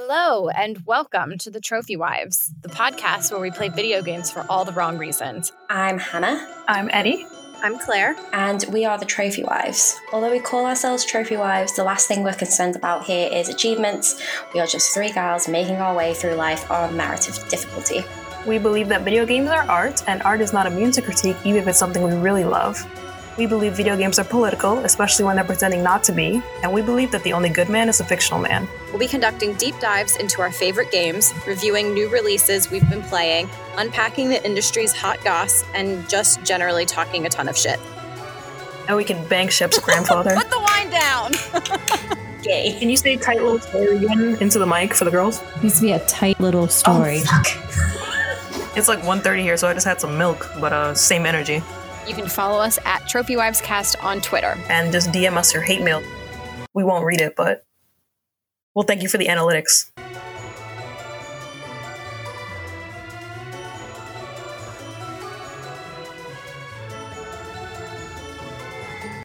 Hello, and welcome to the Trophy Wives, the podcast where we play video games for all the wrong reasons. I'm Hannah, I'm Eddie. I'm Claire. and we are the Trophy Wives. Although we call ourselves Trophy Wives, the last thing we're concerned about here is achievements. We are just three gals making our way through life on narrative difficulty. We believe that video games are art, and art is not immune to critique, even if it's something we really love. We believe video games are political, especially when they're pretending not to be, and we believe that the only good man is a fictional man. We'll be conducting deep dives into our favorite games, reviewing new releases we've been playing, unpacking the industry's hot goss, and just generally talking a ton of shit. And we can bank ship's grandfather. Put the wine down! Yay. Can you say tight little story again into the mic for the girls? needs to be a tight little story. It's like 1.30 here, so I just had some milk, but uh, same energy. Oh, You can follow us at Trophy Wives Cast on Twitter. And just DM us your hate mail. We won't read it, but we'll thank you for the analytics.